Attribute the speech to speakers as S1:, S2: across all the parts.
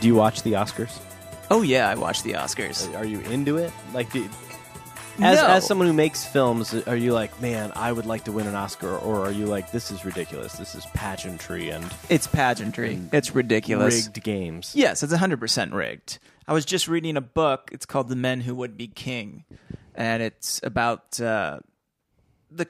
S1: Do you watch the Oscars?
S2: Oh yeah, I watched the Oscars.
S1: Are you into it? Like, do, as
S2: No.
S1: as someone who makes films, are you like, man, I would like to win an Oscar, or are you like, this is ridiculous? This is pageantry and
S2: It's pageantry. It's ridiculous.
S1: rigged games.
S2: Yes, it's 100% rigged. I was just reading a book. It's called The Men Who Would Be King. And it's about uh, the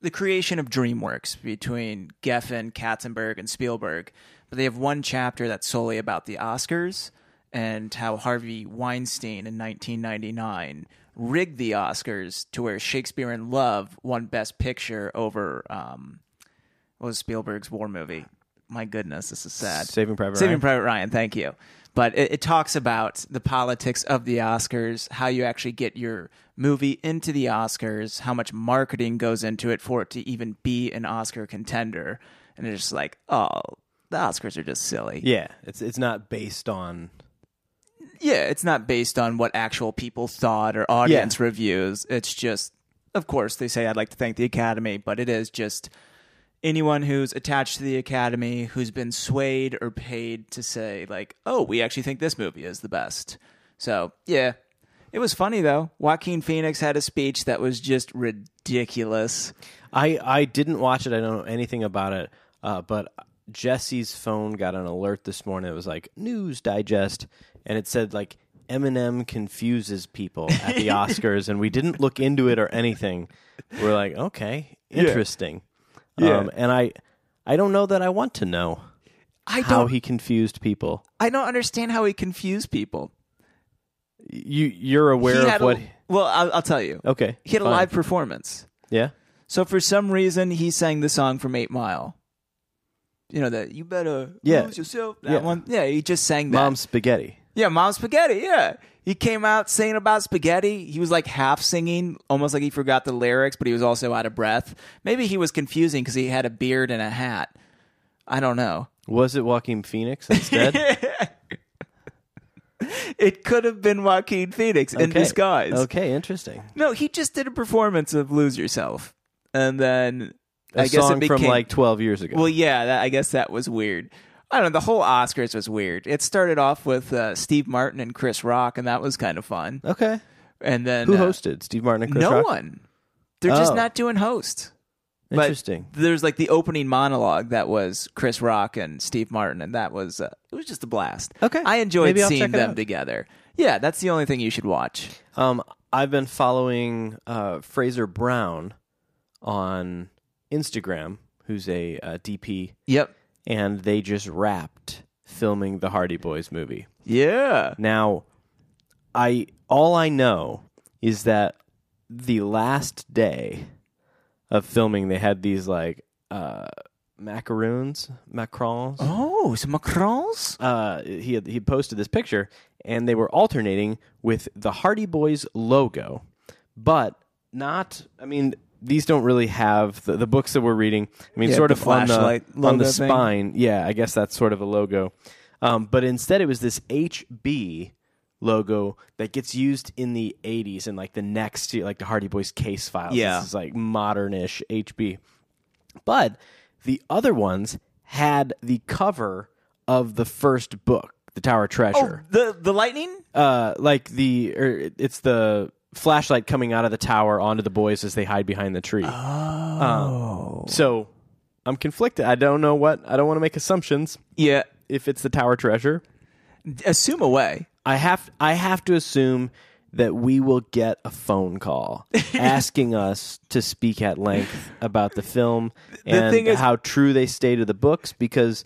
S2: the creation of DreamWorks between Geffen, Katzenberg, and Spielberg. But they have one chapter that's solely about the Oscars and how Harvey Weinstein in 1999 rigged the Oscars to where Shakespeare in Love won Best Picture over um, what was Spielberg's war movie. My goodness, this is sad.
S1: Saving Private
S2: Saving
S1: Ryan.
S2: Private Ryan. Thank you. But it, it talks about the politics of the Oscars, how you actually get your movie into the Oscars, how much marketing goes into it for it to even be an Oscar contender, and it's just like, oh, the Oscars are just silly.
S1: Yeah, it's it's not based on
S2: Yeah, it's not based on what actual people thought or audience reviews. It's just, of course, they say I'd like to thank the Academy, but it is just anyone who's attached to the Academy who's been swayed or paid to say, like, oh, we actually think this movie is the best. So, yeah. It was funny, though. Joaquin Phoenix had a speech that was just ridiculous.
S1: I I didn't watch it. I don't know anything about it. Uh, but Jesse's phone got an alert this morning. It was like News Digest, and it said like Eminem confuses people at the Oscars, and we didn't look into it or anything. We're like, okay, interesting.
S2: Yeah.
S1: Um, and I I don't know that I want to know
S2: I
S1: how
S2: don't,
S1: he confused people.
S2: I don't understand how he confused people.
S1: You you're
S2: He
S1: aware
S2: had
S1: of
S2: a-
S1: what?
S2: well, I'll, I'll tell you.
S1: okay,
S2: He had a
S1: fine.
S2: live performance.
S1: Yeah.
S2: So for some reason, he sang the song from Eight Mile. You know that you better
S1: Yeah.
S2: lose yourself. That
S1: Yeah.
S2: one, yeah. He just sang that.
S1: Mom spaghetti.
S2: yeah, Mom Spaghetti. Yeah, he came out singing about spaghetti. He was like half singing, almost like he forgot the lyrics, but he was also out of breath. Maybe he was confusing because he had a beard and a hat. I don't know.
S1: Was it Joaquin Phoenix instead?
S2: It could have been Joaquin Phoenix in
S1: Okay.
S2: disguise.
S1: Okay, interesting.
S2: No, he just did a performance of "Lose Yourself," and then
S1: A
S2: I guess
S1: song
S2: it became
S1: from like 12 years ago.
S2: Well, yeah, that, I guess that was weird. I don't know. The whole Oscars was weird. It started off with uh, Steve Martin and Chris Rock, and that was kind of fun.
S1: okay.
S2: And then
S1: Who
S2: uh,
S1: hosted? Steve Martin and Chris
S2: No
S1: Rock?
S2: one. They're just
S1: Oh.
S2: not doing host. But
S1: Interesting.
S2: There's like the opening monologue that was Chris Rock and Steve Martin, and that was uh, it was just a blast.
S1: Okay.
S2: I enjoyed
S1: Maybe I'll check
S2: seeing
S1: it
S2: them
S1: out.
S2: together. Yeah, that's the only thing you should watch.
S1: um, I've been following uh, Fraser Brown on Instagram, who's a uh, DP,
S2: Yep.
S1: and they just wrapped filming the Hardy Boys movie.
S2: Yeah.
S1: Now, I all I know is that the last day of filming, they had these like uh, macaroons, macarons.
S2: Oh, some Macrons.
S1: uh, he had, he posted this picture, and they were alternating with the Hardy Boys logo, but not. I mean, these don't really have the, the books that we're reading. I mean,
S2: Yeah,
S1: sort
S2: the
S1: of on the
S2: flashlight
S1: on
S2: logo
S1: the
S2: thing.
S1: spine. Yeah, I guess that's sort of a logo. Um, but instead, it was this HB logo that gets used in the '80s and like the next, like the Hardy Boys case files.
S2: Yeah.
S1: this is like modernish HB. But the other ones had the cover of the first book, The Tower of
S2: Oh,
S1: Treasure.
S2: the the lightning.
S1: Uh, like the or it- it's the flashlight coming out of the tower onto the boys as they hide behind the tree. Oh. so I'm conflicted. I don't know what I don't want to make assumptions
S2: Yeah.
S1: if it's the Tower of Treasure.
S2: Assume away.
S1: I have I have to assume that we will get a phone call asking us to speak at length about the film and
S2: thing is-
S1: how true they stay to the books because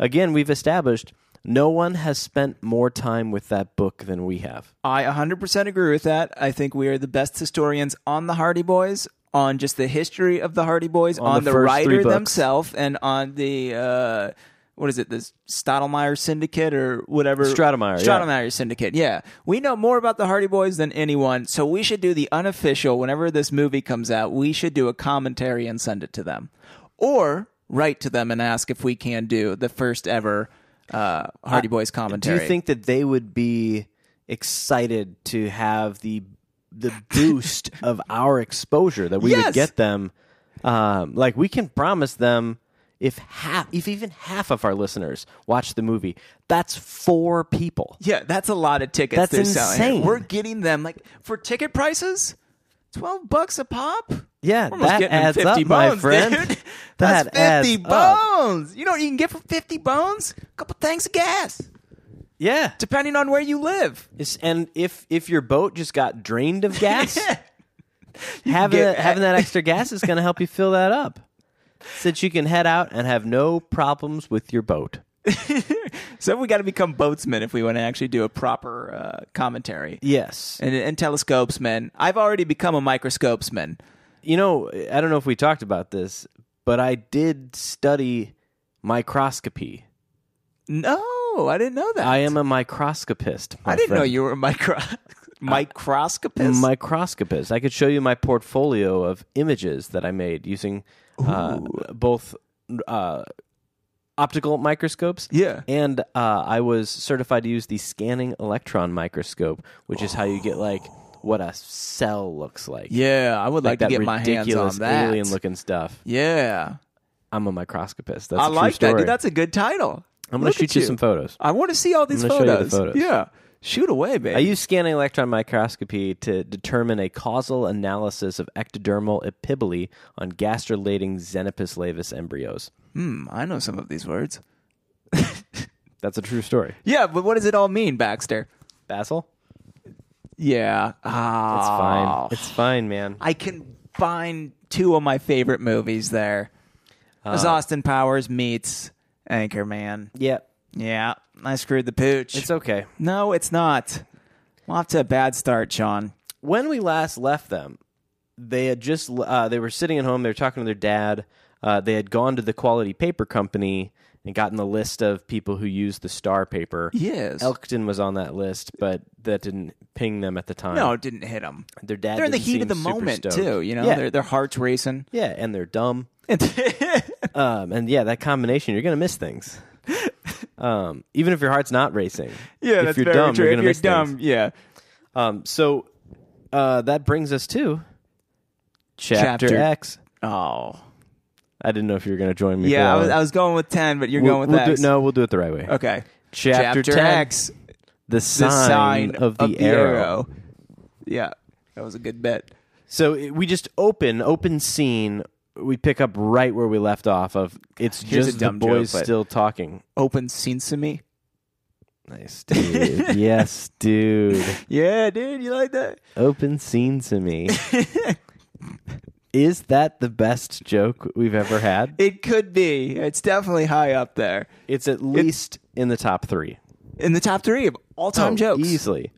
S1: again we've established no one has spent more time with that book than we have.
S2: I 100% agree with that. I think we are the best historians on the Hardy Boys, on just the history of the Hardy Boys, on,
S1: the
S2: the,
S1: first three
S2: writer
S1: books.
S2: themselves, and on the uh, what is it, the Stottlemyre Syndicate or whatever
S1: Stratemeyer, yeah.
S2: Stratemeyer Syndicate. Yeah, we know more about the Hardy Boys than anyone, so we should do the unofficial. Whenever this movie comes out, we should do a commentary and send it to them, or write to them and ask if we can do the first ever uh, Hardy Boys
S1: Do
S2: commentary.
S1: you think that they would be excited to have the the boost of our exposure that we
S2: Yes.
S1: would get them? Um, like we can promise them if half, if even half of our listeners watch the movie, that's four people.
S2: Yeah, that's a lot of tickets.
S1: That's
S2: they're selling.
S1: insane.
S2: We're getting them like for ticket prices, twelve bucks a pop.
S1: Yeah,
S2: We're almost
S1: that
S2: getting
S1: adds
S2: 50
S1: up,
S2: bones,
S1: my friend.
S2: Dude.
S1: That
S2: That's fifty
S1: adds up.
S2: bones. You know what you can get for fifty bones? A couple tanks of gas,
S1: Yeah,
S2: depending on where you live.
S1: It's- and if if your boat just got drained of gas, having
S2: get-
S1: that- having that extra gas is going to help you fill that up, since you can head out and have no problems with your boat.
S2: So we got to become boatsmen if we want to actually do a proper uh, commentary.
S1: Yes,
S2: And, and telescopesmen. I've already become a microscopesman.
S1: you know I don't know if we talked about this, but I did study microscopy.
S2: No, I didn't know that.
S1: I am a microscopist. my
S2: I didn't know
S1: friend.
S2: you were a micro microscopist.
S1: microscopist. I could show you my portfolio of images that I made using uh, both uh, optical microscopes.
S2: Yeah.
S1: And uh, I was certified to use the scanning electron microscope, which is how you get like what a cell looks like.
S2: yeah, I would like,
S1: that
S2: to get my
S1: ridiculous
S2: hands on that.
S1: alien looking stuff.
S2: Yeah,
S1: I'm a microscopist. That's
S2: I
S1: a true
S2: like that,
S1: story.
S2: dude. That's a good title.
S1: I'm gonna
S2: Look
S1: shoot
S2: at
S1: you, some photos.
S2: I want to see all these
S1: I'm gonna show you the
S2: photos.
S1: photos.
S2: Yeah, shoot away, baby.
S1: I use scanning electron microscopy to determine a causal analysis of ectodermal epiboly on gastrulating Xenopus laevis embryos.
S2: hmm, I know some of these words.
S1: That's a true story.
S2: Yeah, but what does it all mean, Baxter?
S1: Basil?
S2: Yeah, ah,
S1: It's fine. It's fine, man.
S2: I can find two of my favorite movies there. It
S1: Uh,
S2: was Austin Powers meets Anchorman.
S1: Yeah,
S2: Yeah, I screwed the pooch.
S1: it's okay.
S2: no, it's not. We're off to a bad start, Sean.
S1: When we last left them, they had just uh, they were sitting at home. They were talking to their dad. Uh, they had gone to the quality paper company and gotten the list of people who use the star paper.
S2: Yes.
S1: Elkton was on that list, but that didn't ping them at the time.
S2: no, it didn't hit him.
S1: their dad.
S2: They're in the
S1: didn't
S2: heat of the
S1: seem super
S2: moment
S1: stoked.
S2: too. You know,
S1: Yeah.
S2: their their hearts racing.
S1: Yeah, and they're dumb. Um, and yeah, that combination, you're gonna miss things. Um, even if your heart's not racing. if you're dumb, You're gonna miss Things.
S2: yeah.
S1: Um, so uh, that brings us to chapter,
S2: Chapter-
S1: X.
S2: Oh,
S1: I didn't know if you were gonna join me. for
S2: yeah.
S1: that
S2: I was,
S1: one.
S2: I was going with ten, but you're
S1: We'll-
S2: going with
S1: we'll
S2: X.
S1: Do, no, we'll do it the right way.
S2: Okay.
S1: Chapter, 10,
S2: X.
S1: the
S2: The
S1: sign,
S2: sign
S1: of the, arrow.
S2: Yeah, that was a good bet.
S1: So it, we just open open scene. We pick up right where we left off. Of it's
S2: Here's a
S1: just the
S2: dumb
S1: boys
S2: joke, but-
S1: still talking.
S2: Open sesame.
S1: Nice, dude. yes, dude.
S2: Yeah, dude, you like that?
S1: Open scene to me. Is that the best joke we've ever had?
S2: It could be. It's definitely high up there
S1: It's at least in the top three.
S2: in the top three of all-time
S1: Oh,
S2: jokes.
S1: Easily.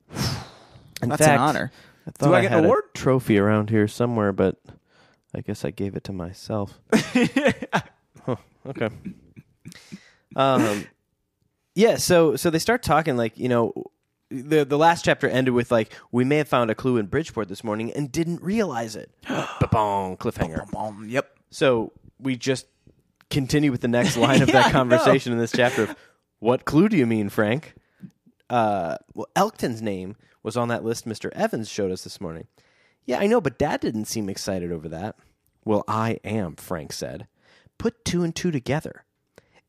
S1: In
S2: That's
S1: fact,
S2: an honor.
S1: I thought
S2: Do I
S1: I
S2: get an
S1: had
S2: award?
S1: a trophy around here somewhere, but I guess I gave it to myself. Huh, okay. Um, yeah. So so they start talking like you know, the the last chapter ended with like we may have found a clue in Bridgeport this morning and didn't realize it. Ba-bong, cliffhanger.
S2: Um, yep.
S1: So we just continue with the next line of
S2: Yeah, I
S1: that conversation in this chapter of what clue do you mean, Frank? Uh, well, Elkton's name was on that list Mr. Evans showed us this morning. Yeah, I know, but Dad didn't seem excited over that. Well, I am, Frank said. Put two and two together.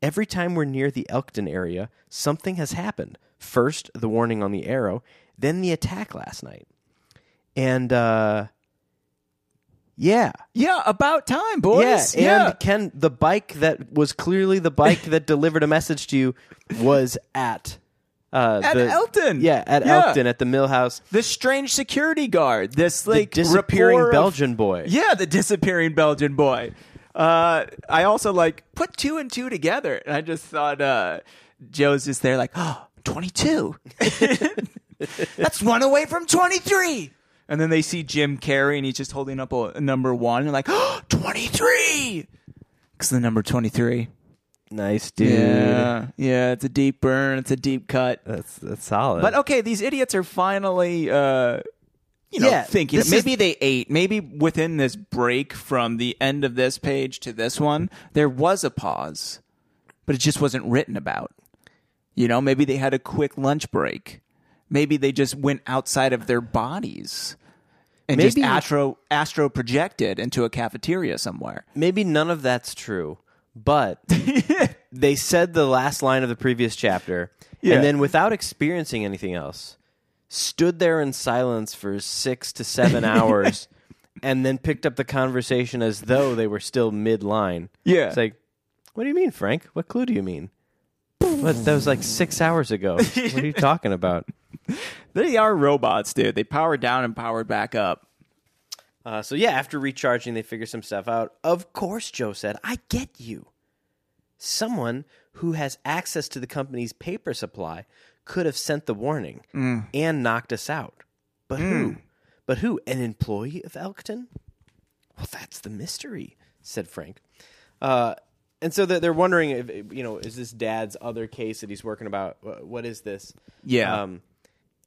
S1: Every time we're near the Elkton area, something has happened. First, the warning on the arrow, then the attack last night. And, uh, yeah,
S2: Yeah, about time, boys.
S1: yeah, and Ken, the bike that was clearly the bike that delivered a message to you was at uh,
S2: At
S1: the-
S2: Elton.
S1: Yeah, at
S2: Yeah.
S1: Elton at the Millhouse.
S2: this strange security guard, this like
S1: disappearing
S2: rapport of-
S1: Belgian boy.
S2: Yeah, the disappearing Belgian boy. Uh, I also like put two and two together, and I just thought uh, Joe's just there like, oh, 22. That's one away from 23. And then they see Jim Carrey, and he's just holding up a, a number one, and like, oh, 23. Because the number 23.
S1: Nice dude.
S2: Yeah, yeah, it's a deep burn. It's a deep cut.
S1: That's that's solid.
S2: But okay, these idiots are finally, uh, you know,
S1: Yeah,
S2: thinking.
S1: this
S2: Maybe they ate. Maybe within this break from the end of this page to this one, there was a pause, but it just wasn't written about. You know, maybe they had a quick lunch break. Maybe they just went outside of their bodies and just
S1: Maybe-
S2: astro astro projected into a cafeteria somewhere.
S1: Maybe none of that's true, But they said the last line of the previous chapter,
S2: Yeah.
S1: and then without experiencing anything else, stood there in silence for six to seven hours, and then picked up the conversation as though they were still mid line.
S2: Yeah.
S1: It's like, what do you mean, Frank? What clue do you mean? What, that was like six hours ago. What are you talking about?
S2: They are robots, dude. They power down and powered back up.
S1: Uh, so yeah, after recharging, they figure some stuff out. Of course, Joe said, "I get you." Someone who has access to the company's paper supply could have sent the warning and knocked us out. But who? But who? An employee of Elkton? Well, that's the mystery," said Frank. Uh, and so they're they're wondering, if, you know, is this Dad's other case that he's working about? Wh- What is this?
S2: Yeah.
S1: Um,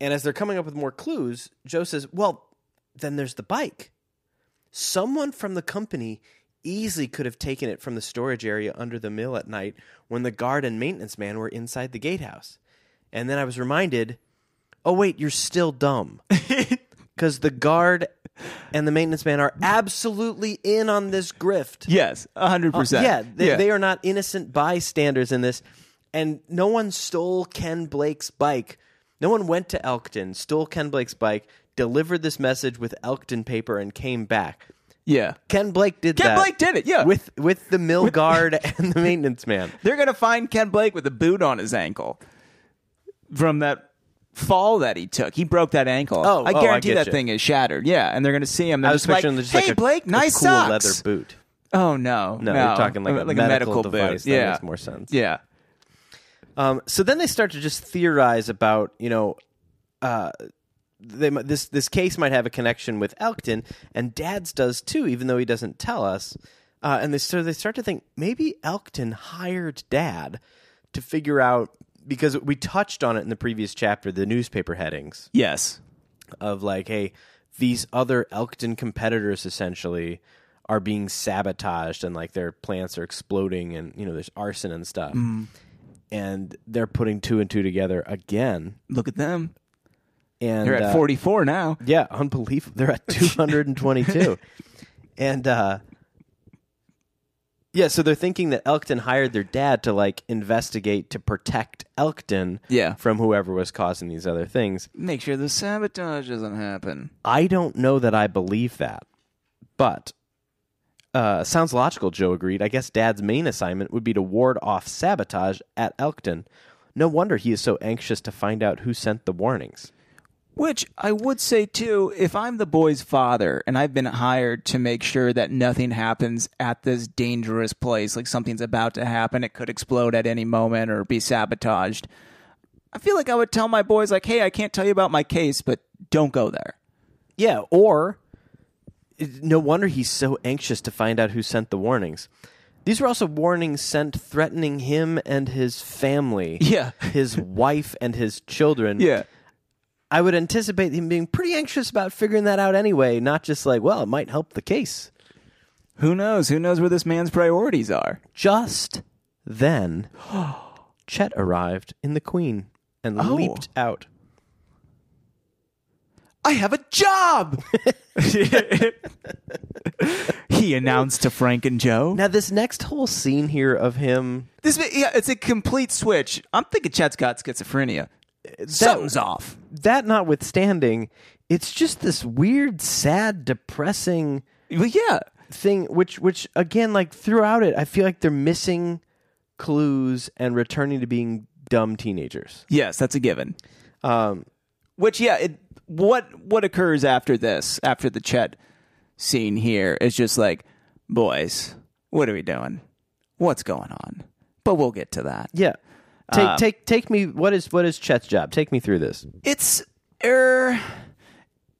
S1: and as they're coming up with more clues, Joe says, Well, then there's the bike. Someone from the company easily could have taken it from the storage area under the mill at night when the guard and maintenance man were inside the gatehouse. And then I was reminded, Oh, wait, you're still dumb. Because the guard and the maintenance man are absolutely in on this grift.
S2: Yes, hundred percent.
S1: uh, Yeah, they, they are not innocent bystanders in this. And no one stole Ken Blake's bike. No one went to Elkton, stole Ken Blake's bike, delivered this message with Elkton paper, and came back.
S2: yeah.
S1: Ken Blake did
S2: Ken
S1: that.
S2: Blake did it. Yeah,
S1: with with the mill guard and the maintenance man.
S2: they're gonna find Ken Blake with a boot on his ankle from that fall that he took. He broke that ankle.
S1: Oh,
S2: I
S1: oh, I
S2: guarantee
S1: get
S2: that
S1: you.
S2: thing is shattered. Yeah, and they're gonna see him. They're
S1: I was
S2: just like,
S1: picturing just
S2: hey,
S1: like a,
S2: Blake,
S1: a
S2: nice
S1: cool
S2: socks.
S1: leather boot.
S2: Oh no,
S1: No, you're talking like a medical device.
S2: boot.
S1: That
S2: yeah,
S1: makes more sense.
S2: Yeah,
S1: Um, so then they start to just theorize about you know, uh, they, mi- this this case might have a connection with Elkton, and Dad's does too, even though he doesn't tell us. Uh, and they, so they start to think maybe Elkton hired Dad to figure out because we touched on it in the previous chapter, the newspaper headings
S2: yes,
S1: of like, hey, these other Elkton competitors essentially are being sabotaged and like their plants are exploding and you know there's arson and stuff. And they're putting two and two together again.
S2: look at them.
S1: And
S2: They're at
S1: uh,
S2: forty-four now.
S1: yeah, unbelievable. They're at 222. and uh yeah, so they're thinking that Elkton hired their dad to like investigate to protect Elkton
S2: Yeah,
S1: from whoever was causing these other things.
S2: make sure the sabotage doesn't happen.
S1: I don't know that I believe that, but uh, sounds logical. Joe agreed. I guess Dad's main assignment would be to ward off sabotage at Elkton. No wonder he is so anxious to find out who sent the warnings.
S2: Which I would say too, if I'm the boy's father and I've been hired to make sure that nothing happens at this dangerous place, like something's about to happen, it could explode at any moment or be sabotaged. I feel like I would tell my boys, like, hey, I can't tell you about my case, but don't go there.
S1: Yeah, or it- no wonder he's so anxious to find out who sent the warnings. These were also warnings sent threatening him and his family.
S2: Yeah.
S1: His wife and his children. I would anticipate him being pretty anxious about figuring that out anyway, not just like, well, it might help the case.
S2: Who knows? Who knows where this man's priorities are?
S1: Just then, Chet arrived in the Queen and
S2: Oh.
S1: leaped out.
S2: I have a job! he announced to Frank and Joe.
S1: Now, this next whole scene here of him,
S2: This yeah, it's a complete switch. I'm thinking Chet's got schizophrenia. Something's off.
S1: that notwithstanding, it's just this weird, sad, depressing
S2: Well, yeah,
S1: thing. Which, which again, like throughout it, I feel like they're missing clues and returning to being dumb teenagers.
S2: yes, that's a given.
S1: Um,
S2: Which yeah, it, what what occurs after this, after the Chet scene here is just like, boys, what are we doing? What's going on? But we'll get to that.
S1: Yeah. Uh, Take take take me. What is what is Chet's job? Take me through this.
S2: It's er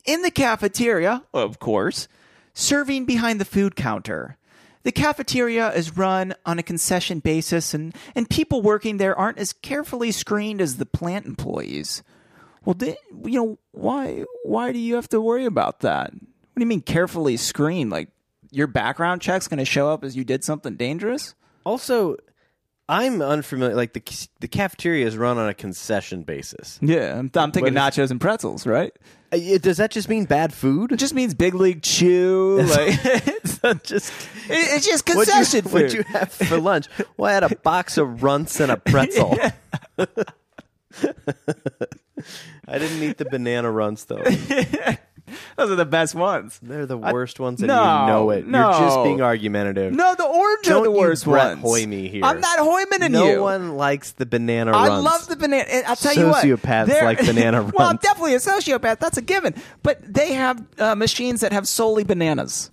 S2: in the cafeteria, of course, serving behind the food counter. The cafeteria is run on a concession basis and, and people working there aren't as carefully screened as the plant employees. Well, they, you know, why why do you have to worry about that? What do you mean carefully screened? Like your background check's going to show up as you did something dangerous?
S1: Also, I'm unfamiliar. Like the c- the cafeteria is run on a concession basis.
S2: Yeah, I'm, I'm thinking
S1: What
S2: nachos and pretzels, right?
S1: Uh, yeah, Does that just mean bad food?
S2: It just means big league chew. Like it's,
S1: just
S2: it's just
S1: what'd you,
S2: concession
S1: what'd you
S2: food.
S1: have for lunch? Well, I had a box of runts and a pretzel. I didn't eat the banana runts though.
S2: Those are the best ones.
S1: They're the worst ones, and
S2: No,
S1: you know it. You're just
S2: no.
S1: being argumentative.
S2: No, the orange
S1: Don't
S2: are the
S1: you
S2: worst
S1: Brett
S2: ones.
S1: Hoyme here.
S2: I'm not Hoymaning
S1: No
S2: you.
S1: one likes the banana
S2: I
S1: runts.
S2: love the banana. and I'll tell you what,
S1: Sociopaths
S2: they're-
S1: like banana
S2: well, I'm
S1: runs.
S2: definitely a sociopath. That's a given. But they have uh, machines that have solely bananas,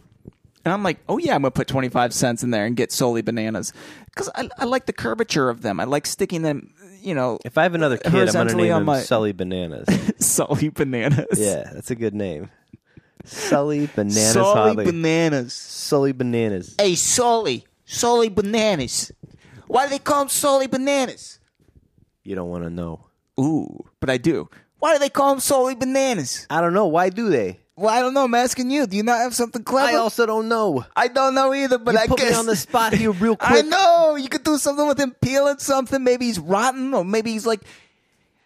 S2: and I'm like, oh yeah, I'm gonna put 25 cents in there and get solely bananas because I, I like the curvature of them. I like sticking them, you know,
S1: If I have another kid, I'm going to
S2: Horizontally
S1: name
S2: on
S1: him
S2: my-
S1: Sully Bananas.
S2: solely bananas.
S1: yeah, that's a good name. Sully Bananas
S2: solely
S1: Holly.
S2: bananas.
S1: Sully Bananas.
S2: Hey, solely, solely bananas. Why do they call them solely bananas?
S1: You don't want to know.
S2: Ooh, but I do. Why do they call them solely bananas?
S1: I don't know. Why do they?
S2: Well, I don't know. I'm asking you. Do you not have something clever?
S1: I also don't know.
S2: I don't know either, but
S1: You
S2: I
S1: put
S2: guess
S1: me on the spot here real
S2: I
S1: quick.
S2: know you could do something with him peeling something. Maybe he's rotten, or maybe he's like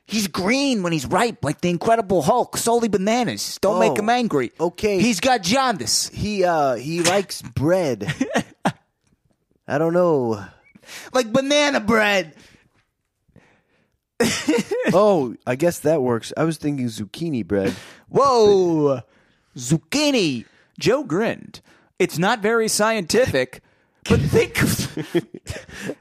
S2: he's green when he's ripe, like the Incredible Hulk. Solely bananas. Don't
S1: Oh,
S2: make him angry.
S1: okay.
S2: he's got jaundice.
S1: He uh he likes bread. I don't know.
S2: Like banana bread.
S1: Oh, I guess that works. I was thinking zucchini bread.
S2: Whoa, zucchini. Joe grinned. It's not very scientific, but think.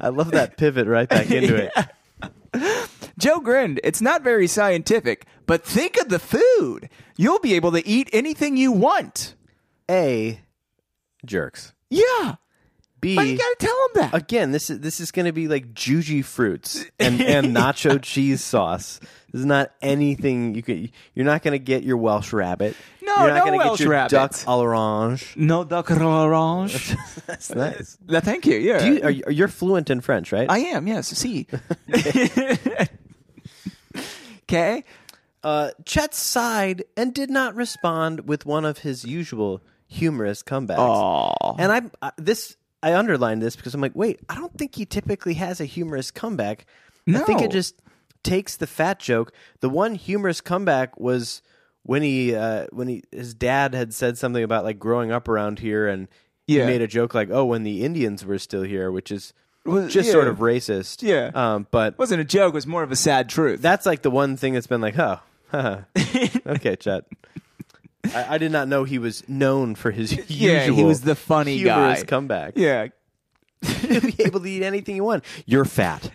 S1: I love that pivot right back into it.
S2: Joe grinned. It's not very scientific, but think of the food. You'll be able to eat anything you want.
S1: A jerks.
S2: Yeah.
S1: B
S2: Why you gotta tell him that?
S1: again, this is this is going to be like juji fruits and, and nacho cheese sauce. This is not anything you could. You're not going to get your Welsh rabbit.
S2: No,
S1: you're not
S2: no
S1: gonna
S2: Welsh
S1: get your
S2: rabbit.
S1: duck à l'orange.
S2: No duck orange.
S1: That's nice.
S2: No, thank you. Yeah.
S1: Do you, are you, you're fluent in French, right?
S2: I am, yes. See. Okay.
S1: uh, Chet sighed and did not respond with one of his usual humorous comebacks.
S2: Aw.
S1: And I uh, this I underlined this because I'm like, wait, I don't think he typically has a humorous comeback. I think it
S2: No.
S1: just takes the fat joke. The one humorous comeback was when he uh, when he his dad had said something about like growing up around here and
S2: Yeah.
S1: he made a joke like, oh, when the Indians were still here, which is
S2: Was-
S1: just
S2: yeah.
S1: sort of racist.
S2: Yeah.
S1: Um, but
S2: Wasn't a joke, it was more of a sad truth.
S1: that's like the one thing that's been like, oh, huh, okay, Chet. I, I did not know he was known for his
S2: Yeah, he
S1: usual
S2: was the funny
S1: humorous
S2: guy.
S1: comeback.
S2: yeah.
S1: You'll be able to eat anything you want. You're fat.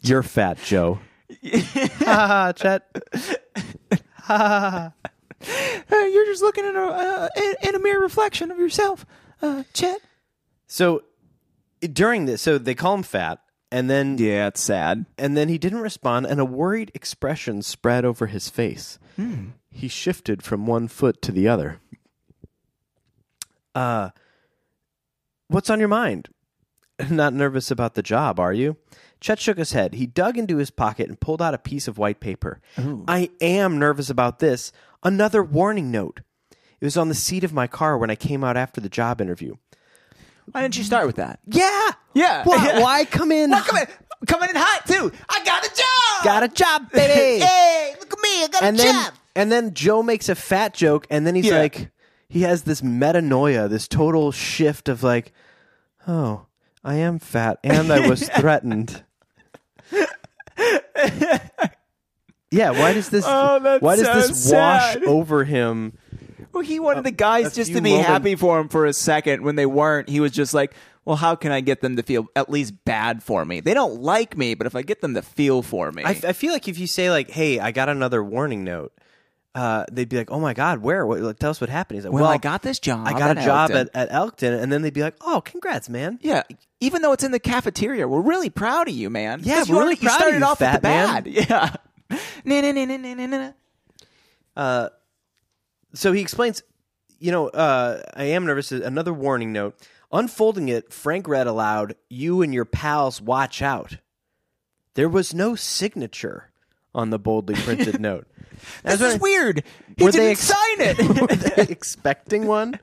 S1: You're fat, Joe. ha ha, ha, Chet.
S2: Hey, you're just looking in a uh, in, in a mirror reflection of yourself. Uh, Chet.
S1: So during this, so they call him fat, and then
S2: Yeah, it's sad.
S1: and then he didn't respond, and a worried expression spread over his face. He shifted from one foot to the other. Uh, what's on your mind? Not nervous about the job, are you? Chet shook his head. He dug into his pocket and pulled out a piece of white paper. I am nervous about this. Another warning note. It was on the seat of my car when I came out after the job interview.
S2: Why didn't you start with that?
S1: Yeah.
S2: Yeah.
S1: Why, why come in?
S2: Why come in, coming in hot too. I got a job.
S1: Got a job, baby.
S2: Hey, look at me. I got
S1: and
S2: a
S1: then
S2: job.
S1: and then Joe makes a fat joke, and then he's
S2: Yeah.
S1: like, he has this metanoia, this total shift of like, oh, I am fat, and I was threatened. yeah, why does this?
S2: Oh, that's
S1: why does
S2: so
S1: this wash
S2: sad.
S1: over him?
S2: Well, he wanted the guys just
S1: few
S2: to be
S1: moment-
S2: happy for him for a second when they weren't. He was just like, well, how can I get them to feel at least bad for me? They don't like me, but if I get them to feel for me,
S1: I, f- I feel like if you say like, "Hey, I got another warning note," uh, they'd be like, "Oh my god, where? What, tell us what happened." He's like,
S2: well,
S1: "Well,
S2: I got this job.
S1: I got a job
S2: Elkton."
S1: at, at Elkton," and then they'd be like, "Oh, congrats, man."
S2: yeah. Even though it's in the cafeteria, we're really proud of you, man.
S1: Yeah,
S2: 'Cause
S1: we're
S2: you already-
S1: really proud of
S2: started
S1: you,
S2: off with the
S1: fat man.
S2: bad. Yeah. Na, na, na, na, na, na, na.
S1: so he explains, you know, uh, I am nervous. Another warning note. Unfolding it, Frank read aloud, You and your pals watch out. There was no signature on the boldly printed note.
S2: This
S1: what
S2: is
S1: I-
S2: weird. He
S1: Were
S2: didn't
S1: they ex-
S2: sign it.
S1: Were they expecting one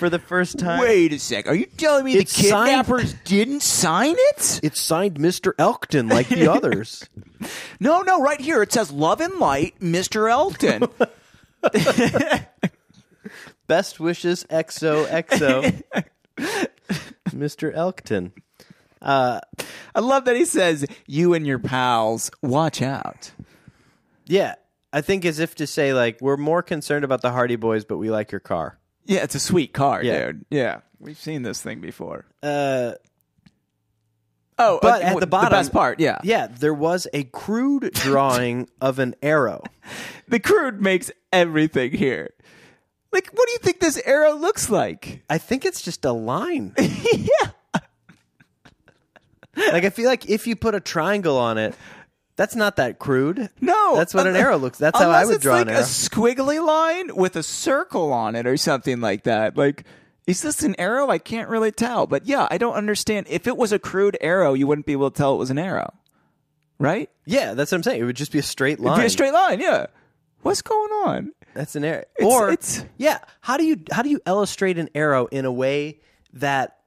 S1: for the first time?
S2: Wait a sec. Are you telling me the
S1: It's signed-
S2: kidnappers didn't sign it?
S1: It's signed Mr. Elkton like the others.
S2: No, no, right here it says "Love and Light, Mr. Elton."
S1: Best wishes, XOXO. Mr. Elkton.
S2: I love that he says, "You and your pals, watch out."
S1: Yeah, I think as if to say like we're more concerned about the Hardy Boys, but we like your car.
S2: Yeah, it's a sweet car,
S1: Yeah.
S2: dude. Yeah, we've seen this thing before.
S1: Uh,
S2: Oh,
S1: but
S2: uh,
S1: at the bottom,
S2: the best part, yeah,
S1: yeah, there was a crude drawing of an arrow.
S2: the crude makes everything here. Like, what do you think this arrow looks like?
S1: I think it's just a line.
S2: yeah,
S1: Like I feel like if you put a triangle on it, that's not that crude.
S2: no,
S1: that's what an
S2: unle-
S1: arrow looks. That's how I
S2: unless
S1: would
S2: it's
S1: draw
S2: like
S1: an arrow.
S2: A squiggly line with a circle on it, or something like that. Like, is this an arrow? I can't really tell. But yeah, I don't understand. If it was a crude arrow, you wouldn't be able to tell it was an arrow, right?
S1: yeah, that's what I'm saying. It would just be a straight line.
S2: It'd be a straight line. Yeah. What's going on?
S1: That's an arrow.
S2: It's-
S1: or
S2: it's-
S1: yeah, how do you how do you illustrate an arrow in a way that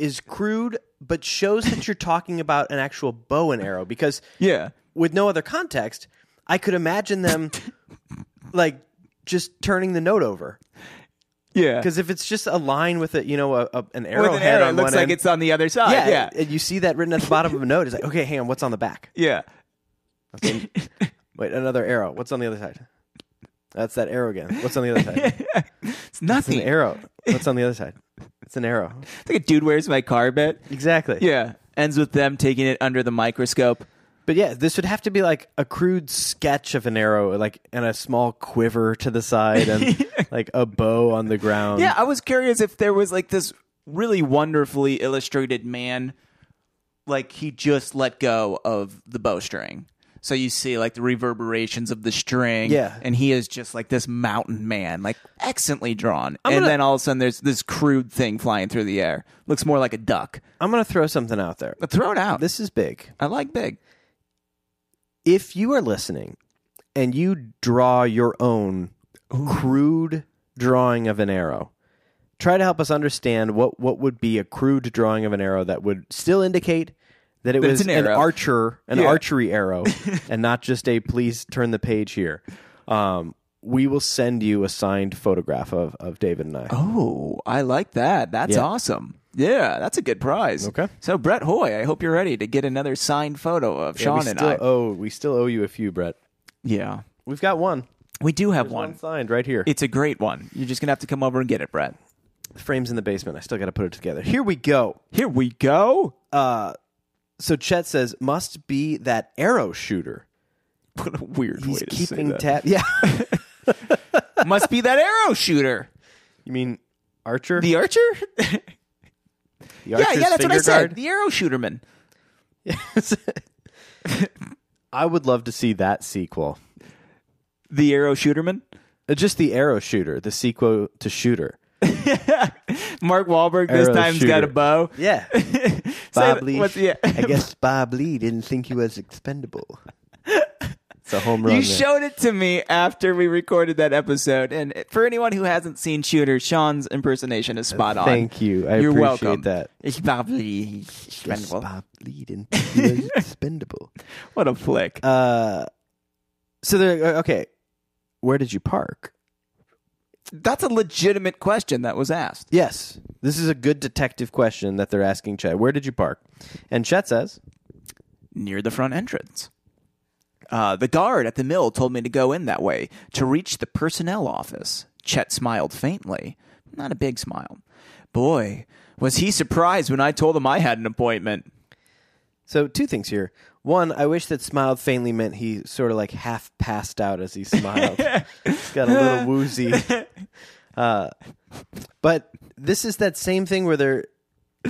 S1: is crude but shows that you're talking about an actual bow and arrow? Because
S2: Yeah.
S1: with no other context, I could imagine them like just turning the note over.
S2: Yeah.
S1: Because if it's just a line with a you know a, a, an
S2: with
S1: arrowhead
S2: an arrow, it
S1: on
S2: looks
S1: one
S2: like
S1: end,
S2: it's on the other side.
S1: yeah,
S2: Yeah.
S1: and you see that written at the bottom of a note, it's like okay, hang on, what's on the back?
S2: Yeah.
S1: Okay, wait, another arrow. What's on the other side? That's that arrow again. What's on the other side?
S2: It's nothing.
S1: It's an arrow. What's on the other side? It's an arrow.
S2: It's like a dude wears my car bit.
S1: Exactly.
S2: Yeah. Ends with them taking it under the microscope.
S1: But yeah, this would have to be like a crude sketch of an arrow, like and a small quiver to the side and like a bow on the ground.
S2: Yeah, I was curious if there was like this really wonderfully illustrated man, like he just let go of the bowstring. So you see like the reverberations of the string.
S1: Yeah.
S2: And he is just like this mountain man, like excellently drawn. and
S1: gonna-
S2: then all of a sudden there's this crude thing flying through the air. Looks more like a duck.
S1: I'm gonna throw something out there.
S2: But throw it out.
S1: This is big.
S2: I like big.
S1: If you are listening and you draw your own crude drawing of an arrow, try to help us understand what, what would be a crude drawing of an arrow that would still indicate that it was
S2: it's
S1: an,
S2: an arrow.
S1: archer, an
S2: Yeah.
S1: archery arrow, and not just a please turn the page here. Um, we will send you a signed photograph of, of David and I.
S2: Oh, I like that. That's
S1: Yeah.
S2: awesome. Yeah, that's a good prize.
S1: Okay.
S2: So Brett Hoy, I hope you're ready to get another signed photo of
S1: we
S2: Sean and
S1: still
S2: I.
S1: owe we still owe you a few, Brett.
S2: yeah.
S1: We've got one.
S2: We do have
S1: One,
S2: one.
S1: signed right here.
S2: It's a great one. You're just gonna have to come over and get it, Brett.
S1: the frame's in the basement. I still got to put it together. Here we go.
S2: Here we go.
S1: So Chet says, must be that arrow shooter.
S2: What a weird
S1: He's
S2: way to
S1: keeping
S2: say
S1: tab. Yeah.
S2: that. Must be that arrow shooter,
S1: you mean Archer?
S2: the archer. yeah,
S1: The
S2: yeah,
S1: Archer's
S2: that's what I
S1: finger
S2: said.
S1: guard?
S2: The arrow shooterman.
S1: I would love to see that sequel.
S2: The arrow shooterman.
S1: Uh, Just the arrow shooter, the sequel to shooter.
S2: Mark Wahlberg this
S1: Arrow
S2: time's got a
S1: shooter.
S2: bow.
S1: Yeah.
S2: Say
S1: Bob
S2: that-
S1: Lee.
S2: what's- yeah.
S1: I guess Bob Lee didn't think he was expendable. It's a home run.
S2: You
S1: there.
S2: showed it to me after we recorded that episode, and for anyone who hasn't seen Shooter, Sean's impersonation is spot on.
S1: Thank you. I
S2: You're
S1: appreciate
S2: welcome.
S1: that.
S2: It's probably
S1: Guess
S2: expendable.
S1: Bob Lee didn't think he was expendable.
S2: What a flick!
S1: Uh, so they're uh, okay. Where did you park?
S2: That's a legitimate question that was asked.
S1: Yes. This is a good detective question that they're asking Chet. Where did you park? And Chet says,
S2: near the front entrance. Uh, the guard at the mill told me to go in that way to reach the personnel office. Chet smiled faintly, not a big smile. Boy, was he surprised when I told him I had an appointment.
S1: So, two things here. One, I wish that smiled faintly meant he sort of like half passed out as he smiled. He's got a little woozy. Uh, but this is that same thing where they're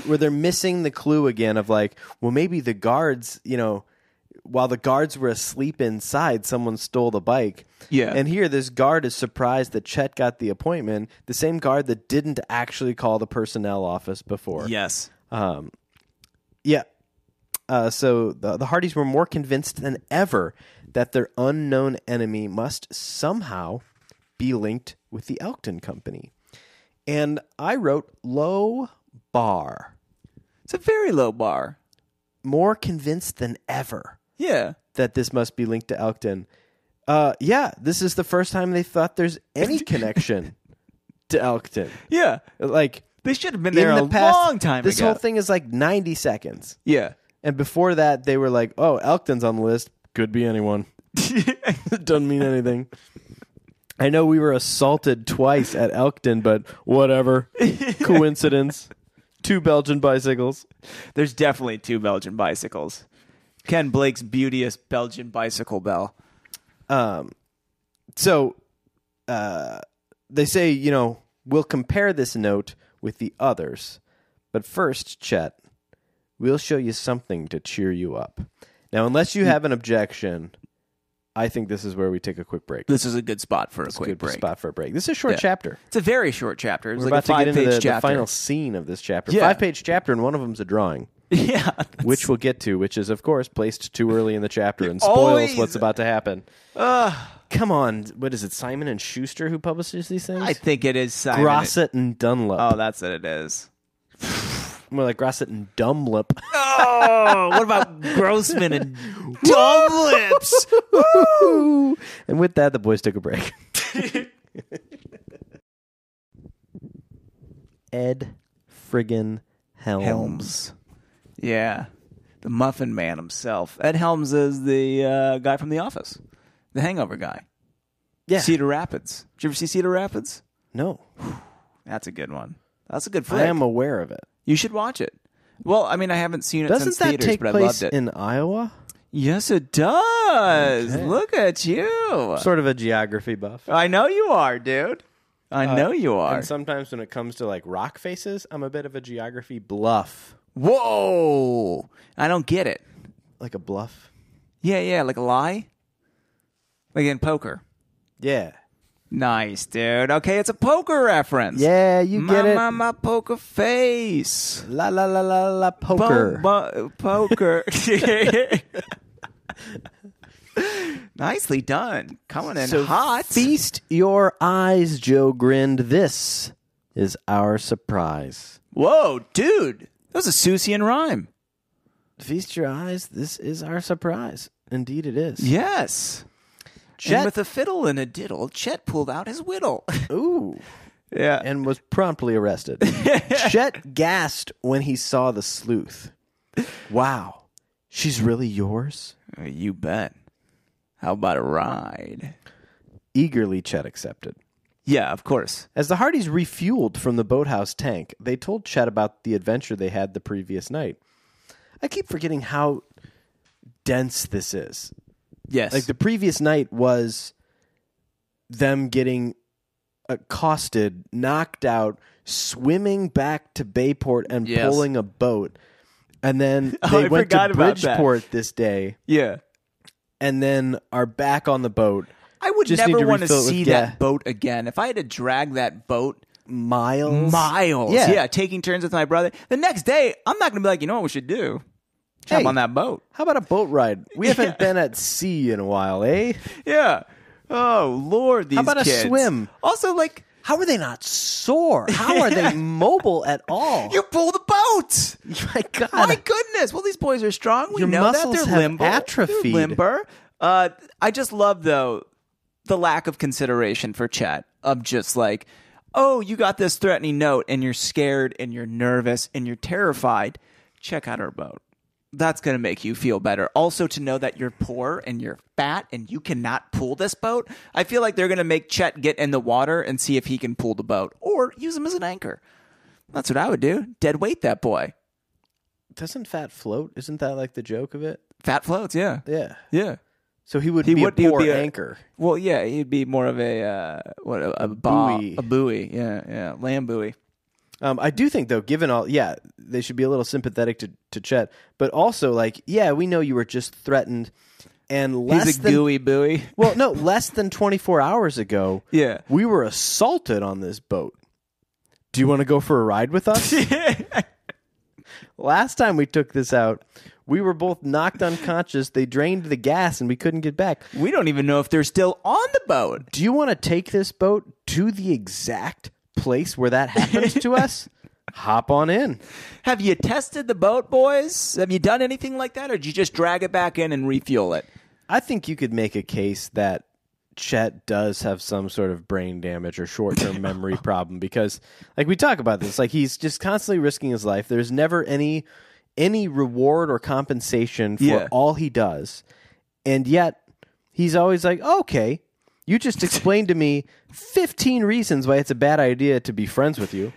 S1: where they're missing the clue again of like, well, maybe the guards, you know, while the guards were asleep inside, someone stole the bike.
S2: Yeah.
S1: And here, this guard is surprised that Chet got the appointment. The same guard that didn't actually call the personnel office before.
S2: Yes.
S1: Yeah. Uh, so the, the Hardys were more convinced than ever that their unknown enemy must somehow be linked with the Elkton Company. And I wrote low bar,
S2: It's a very low bar.
S1: more convinced than ever
S2: Yeah.
S1: that this must be linked to Elkton. Uh, yeah, this is the first time they thought there's any connection to Elkton.
S2: Yeah.
S1: Like
S2: They should have been
S1: in
S2: there
S1: the
S2: a
S1: past,
S2: long time
S1: this
S2: ago.
S1: whole thing is like 90 seconds.
S2: yeah.
S1: And before that, they were like, "Oh, Elkton's on the list. Could be anyone. Doesn't mean anything." I know we were assaulted twice at Elkton, but whatever. Coincidence. Two Belgian bicycles.
S2: There's definitely two Belgian bicycles. Ken Blake's beauteous Belgian bicycle bell.
S1: Um, so uh, they say, you know, we'll compare this note with the others. But first, Chet, we'll show you something to cheer you up. Now, unless you have an objection, I think this is where we take a quick break.
S2: This is a good spot for a quick
S1: good
S2: break.
S1: spot for a break. This is a short
S2: Yeah.
S1: chapter.
S2: It's a very short chapter. It's
S1: We're about
S2: like a
S1: to
S2: five
S1: get into the,
S2: page
S1: the
S2: chapter.
S1: final scene of this chapter.
S2: Yeah.
S1: Five page chapter, and one of them's a drawing,
S2: Yeah.
S1: which we'll get to, which is, of course, placed too early in the chapter and spoils
S2: Always-
S1: what's about to happen.
S2: Ugh.
S1: Come on, what is it? Simon and Schuster who publishes these things?
S2: I think it is Simon.
S1: Grosset and Dunlop.
S2: Oh, that's what it is.
S1: More like Grosset and Dumlip.
S2: Oh, what about Grossman and Dumb Lips?
S1: and with that, the boys took a break. Ed friggin' Helms.
S2: Helms. Yeah. The Muffin Man himself. Ed Helms is the uh, guy from The Office, the hangover guy.
S1: Yeah.
S2: Cedar Rapids. Did you ever see Cedar Rapids?
S1: no,
S2: That's a good one. That's a good
S1: I
S2: flick.
S1: am aware of it.
S2: you should watch it. Well, I mean, I haven't seen it
S1: Doesn't
S2: since
S1: that
S2: theaters,
S1: take
S2: but I
S1: place
S2: loved it.
S1: in Iowa?
S2: yes, it does.
S1: Okay.
S2: Look at you.
S1: Uh, Sort of a geography buff.
S2: I know you are, dude. I know you are.
S1: Uh, And sometimes when it comes to like rock faces, I'm a bit of a geography bluff.
S2: Whoa! I don't get it.
S1: Like a bluff?
S2: Yeah, yeah, like a lie, like in poker.
S1: Yeah.
S2: Nice, dude. Okay, it's a poker reference.
S1: Yeah, you
S2: my,
S1: get it.
S2: My, my poker face.
S1: La la la la la
S2: Po-
S1: poker.
S2: bu- poker. Nicely done. Coming in hot.
S1: Feast your eyes, Joe grinned. This is our surprise.
S2: Whoa, dude. That was a Susian rhyme.
S1: Feast your eyes. This is our surprise. Indeed, it is.
S2: Yes.
S1: Chet-
S2: And with a fiddle and a diddle, Chet pulled out his whittle.
S1: Ooh.
S2: yeah.
S1: And was promptly arrested. Chet gasped when he saw the sleuth. Wow. She's really yours?
S2: Oh, you bet. How about a ride?
S1: Eagerly, Chet accepted.
S2: Yeah, of course.
S1: As the Hardys refueled from the boathouse tank, they told Chet about the adventure they had the previous night. I keep forgetting how dense this is.
S2: Yes.
S1: Like the previous night was them getting accosted, knocked out, swimming back to Bayport and
S2: Yes.
S1: pulling a boat. And then they
S2: Oh, I
S1: went to
S2: forgot about that.
S1: Bridgeport this day
S2: yeah.
S1: and then are back on the boat.
S2: I would
S1: Just need
S2: never
S1: to
S2: want to
S1: refill it with-
S2: see
S1: yeah.
S2: that boat again. If I had to drag that boat
S1: Miles.
S2: miles,
S1: Yeah.
S2: yeah. taking turns with my brother, the next day I'm not going to be like, you know what we should do? Jump
S1: Hey.
S2: on that boat.
S1: How about a boat ride? We haven't been at sea in a while, eh?
S2: Yeah. Oh Lord, these
S1: about a
S2: kids.
S1: swim?
S2: Also, like
S1: How are they not sore? How are they mobile at all?
S2: you pull the boat.
S1: my God.
S2: My goodness. Well, these boys are strong. We
S1: Your
S2: know that
S1: muscles
S2: they're
S1: have
S2: limber.
S1: atrophied.
S2: They're limber. Uh, I just love though the lack of consideration for Chet of just like, oh, you got this threatening note and you're scared and you're nervous and you're terrified. Check out our boat. That's going to make you feel better. Also, to know that you're poor and you're fat and you cannot pull this boat, I feel like they're going to make Chet get in the water and see if he can pull the boat or use him as an anchor. That's what I would do. Dead weight that boy.
S1: Doesn't fat float? Isn't that like the joke of it?
S2: Fat floats, yeah.
S1: Yeah.
S2: Yeah.
S1: So he would
S2: He
S1: be
S2: would-
S1: a
S2: he would
S1: poor
S2: be a-
S1: anchor.
S2: Well, yeah, he'd be more of a uh, what a, a ba-
S1: Buoy.
S2: a buoy, yeah, yeah, land buoy.
S1: Um, I do think though, given all, yeah, they should be a little sympathetic to, to Chet, but also like, yeah, we know you were just threatened, and less
S2: He's a
S1: than
S2: gooey buoy.
S1: well, no, less than twenty four hours ago,
S2: Yeah.
S1: we were assaulted on this boat. Do you want to go for a ride with us? Last time we took this out, we were both knocked unconscious. They drained the gas and we couldn't get back.
S2: We don't even know if they're still on the boat.
S1: Do you want to take this boat to the exact place where that happens to us? Hop on in.
S2: Have you tested the boat, boys? Have you done anything like that, or did you just drag it back in and refuel it?
S1: I think you could make a case that Chet does have some sort of brain damage or short term memory problem because like we talk about this, like he's just constantly risking his life. There's never any any reward or compensation for
S2: Yeah.
S1: all he does. And yet he's always like, Okay, you just explained to me fifteen reasons why it's a bad idea to be friends with you.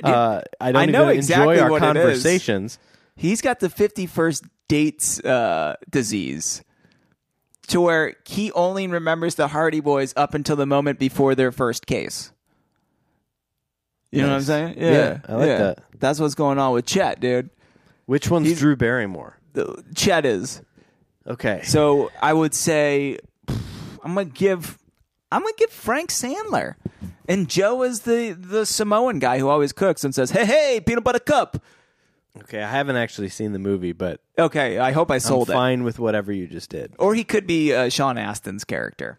S1: Uh, I don't
S2: I know
S1: even
S2: exactly
S1: enjoy our
S2: what it is.
S1: conversations.
S2: He's got the 51st dates uh, disease to where he only remembers the Hardy Boys up until the moment before their first case. You know what I'm
S1: Nice.
S2: saying?
S1: Yeah, I like that.
S2: That's what's going on with Chet, dude.
S1: Which one's Drew Barrymore?
S2: The- Chet is.
S1: Okay.
S2: So I would say I'm gonna give I'm gonna give Frank Sandler, and Joe is the the Samoan guy who always cooks and says, "Hey, hey, peanut butter cup."
S1: Okay, I haven't actually seen the movie, but
S2: Okay, I hope I
S1: I'm
S2: sold it.
S1: fine with whatever you just did.
S2: Or he could be uh, Sean Astin's character.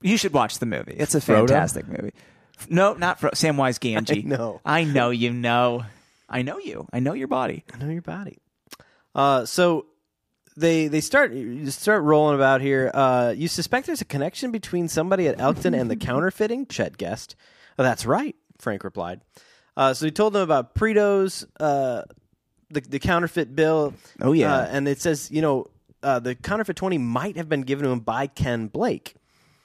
S2: You should watch the movie. It's a
S1: Frodo?
S2: fantastic movie. F- No, not Fro- Samwise Gamgee.
S1: I know.
S2: I know you know. I know you. I know your body.
S1: I know your body. Uh, so they they start you start rolling about here. Uh, you suspect there's a connection between somebody at Elkton and the counterfeiting. Chet guessed. "Oh, that's right, Frank replied. Uh, so he told them about Pretos, uh, the the counterfeit bill.
S2: Oh, yeah.
S1: uh, and it says you know uh, the counterfeit twenty might have been given to him by Ken Blake.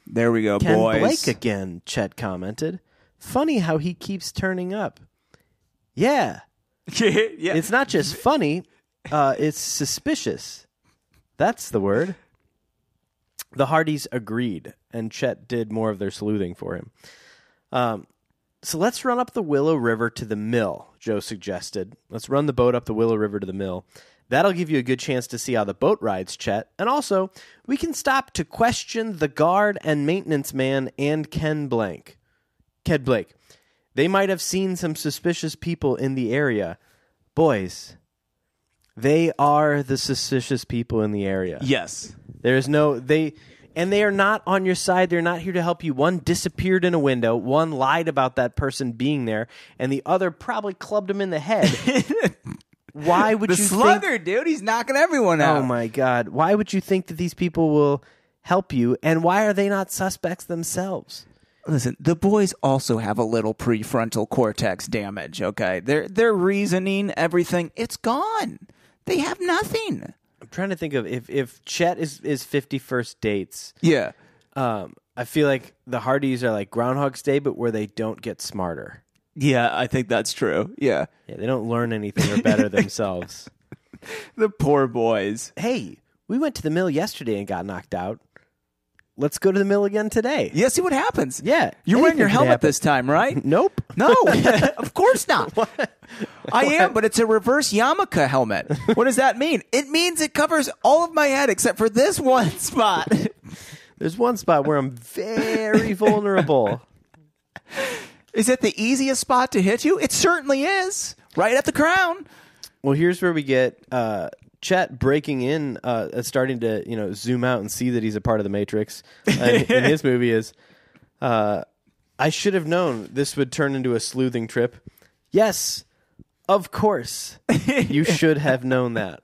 S2: There we go,
S1: Ken
S2: boys.
S1: Blake again, Chet commented. Funny how he keeps turning up. Yeah,
S2: yeah.
S1: it's not just funny, uh, it's suspicious. That's the word. The Hardys agreed, and Chet did more of their sleuthing for him. Um, so let's run up the Willow River to the mill, Joe suggested. Let's run the boat up the Willow River to the mill. That'll give you a good chance to see how the boat rides, Chet. And also, we can stop to question the guard and maintenance man and Ken Blank. Ked Blake. They might have seen some suspicious people in the area. Boys, they are the suspicious people in the area.
S2: yes.
S1: There is no they and they are not on your side. They're not here to help you. One disappeared in a window, one lied about that person being there, and the other probably clubbed him in the head. Why would
S2: The
S1: you think
S2: slugger, dude. He's knocking everyone out.
S1: Oh my god, why would you think that these people will help you and why are they not suspects themselves?
S2: Listen, the boys also have a little prefrontal cortex damage, okay? Their their reasoning, everything, it's gone. They have nothing.
S1: I'm trying to think of if if Chet is is 51st dates.
S2: Yeah.
S1: Um, I feel like the Hardys are like Groundhog's Day, but where they don't get smarter.
S2: Yeah, I think that's true. Yeah.
S1: Yeah, they don't learn anything or better themselves.
S2: The poor boys.
S1: Hey, we went to the mill yesterday and got knocked out. Let's go to the mill again today.
S2: Yeah, see what happens.
S1: Yeah,
S2: You're wearing your
S1: anything could
S2: helmet
S1: happen.
S2: this time, right?
S1: Nope.
S2: No, of course not. I am, but it's a reverse yarmulke helmet. What does that mean? It means it covers all of my head except for this one spot.
S1: There's one spot where I'm very vulnerable.
S2: Is it the easiest spot to hit you? It certainly is. Right at the crown.
S1: Well, here's where we get uh, Chet breaking in, uh, uh, starting to you know zoom out and see that he's a part of the Matrix. And in his movie is, uh, I should have known this would turn into a sleuthing trip. Yes, of course, you should have known that.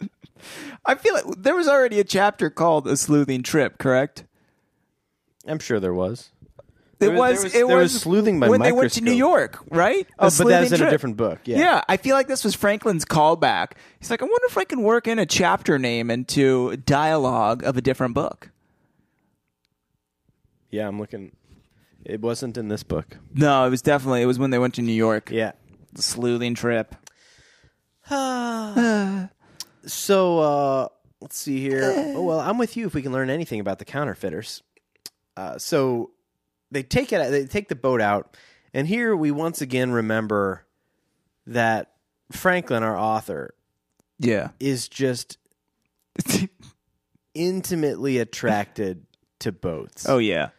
S2: I feel like there was already a chapter called A Sleuthing Trip, correct?
S1: I'm sure there was.
S2: It
S1: There
S2: was,
S1: was- there was-
S2: it
S1: there
S2: was
S1: was sleuthing by
S2: when they went to
S1: microscope.
S2: New York, right? A
S1: Oh, but
S2: sleuthing
S1: that was in
S2: trip.
S1: a different book. Yeah.
S2: Yeah. I feel like this was Franklin's callback. He's like, I wonder if I can work in a chapter name into dialogue of a different book.
S1: Yeah, I'm looking. It wasn't in this book.
S2: No, it was definitely it was when they went to New York.
S1: Yeah.
S2: The sleuthing trip.
S1: So uh, let's see here. Oh, well, I'm with you if we can learn anything about the counterfeiters. Uh, so they take it. They take the boat out, and here we once again remember that Franklin, our author,
S2: Yeah.
S1: is just intimately attracted to boats.
S2: oh yeah.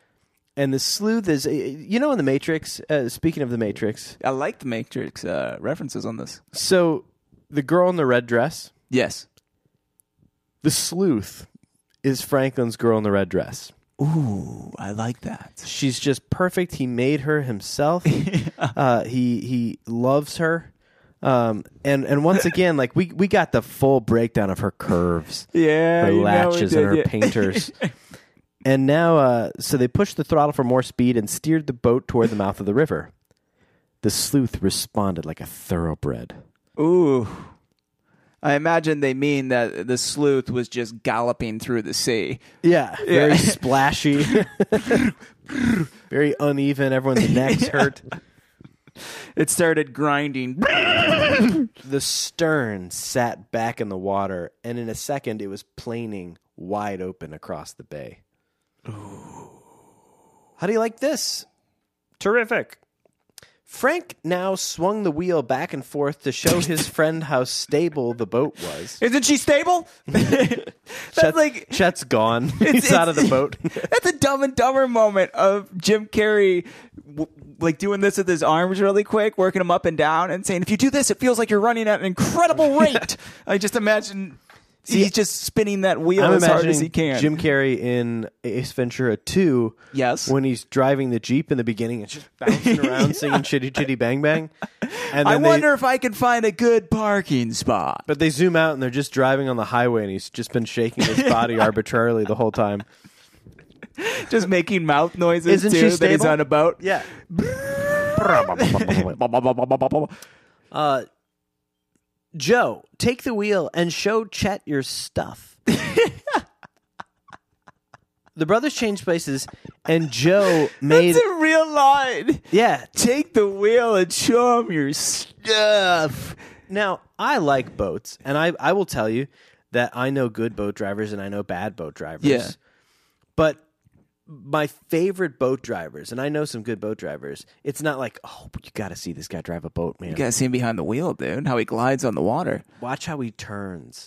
S1: and the sleuth is. You know, in the Matrix. Uh, speaking of the Matrix,
S2: I like the Matrix uh, references on this.
S1: so the girl in the red dress,
S2: Yes.
S1: the sleuth, is Franklin's girl in the red dress.
S2: Ooh, I like that.
S1: She's just perfect. He made her himself. uh, he he loves her. Um, and and once again, like we we got the full breakdown of her curves.
S2: Yeah.
S1: her
S2: you know
S1: latches
S2: it
S1: and her
S2: did, yeah.
S1: painters. and now, uh, so they pushed the throttle for more speed and steered the boat toward the mouth of the river. The sleuth responded like a thoroughbred.
S2: Ooh. I imagine they mean that the sleuth was just galloping through the sea.
S1: Yeah, very
S2: Yeah.
S1: splashy, very uneven. Everyone's necks hurt.
S2: It started grinding.
S1: The stern sat back in the water, and in a second, it was planing wide open across the bay. How do you like this? Terrific. Frank now swung the wheel back and forth to show his friend how stable the boat was.
S2: Isn't she stable? That's like
S1: Chet's gone. He's
S2: it's-
S1: out of the boat.
S2: that's a Dumb and Dumber moment of Jim Carrey, w- like doing this with his arms really quick, working them up and down, and saying, "If you do this, it feels like you're running at an incredible rate." I just imagine he's just spinning that wheel
S1: I'm
S2: as
S1: imagining
S2: hard as he can.
S1: Jim Carrey in Ace Ventura 2.
S2: Yes.
S1: When he's driving the Jeep in the beginning, it's just bouncing around singing Chitty Chitty Bang Bang. And then
S2: I
S1: they-
S2: wonder if I could find a good parking spot.
S1: But they zoom out and they're just driving on the highway, and he's just been shaking his body arbitrarily the whole time.
S2: Just making mouth noises
S1: Isn't she
S2: too. That he's
S1: stable?
S2: on a boat.
S1: Yeah. uh, Joe, take the wheel and show Chet your stuff. the brothers change places, and Joe made
S2: It's a real line.
S1: yeah.
S2: Take the wheel and show him your stuff.
S1: Now I like boats, and I I will tell you that I know good boat drivers and I know bad boat drivers.
S2: Yeah.
S1: but my favorite boat drivers, and I know some good boat drivers. It's not like oh, you got to see this guy drive a boat, man.
S2: You gotta see him behind the wheel, dude. How he glides on the water.
S1: Watch how he turns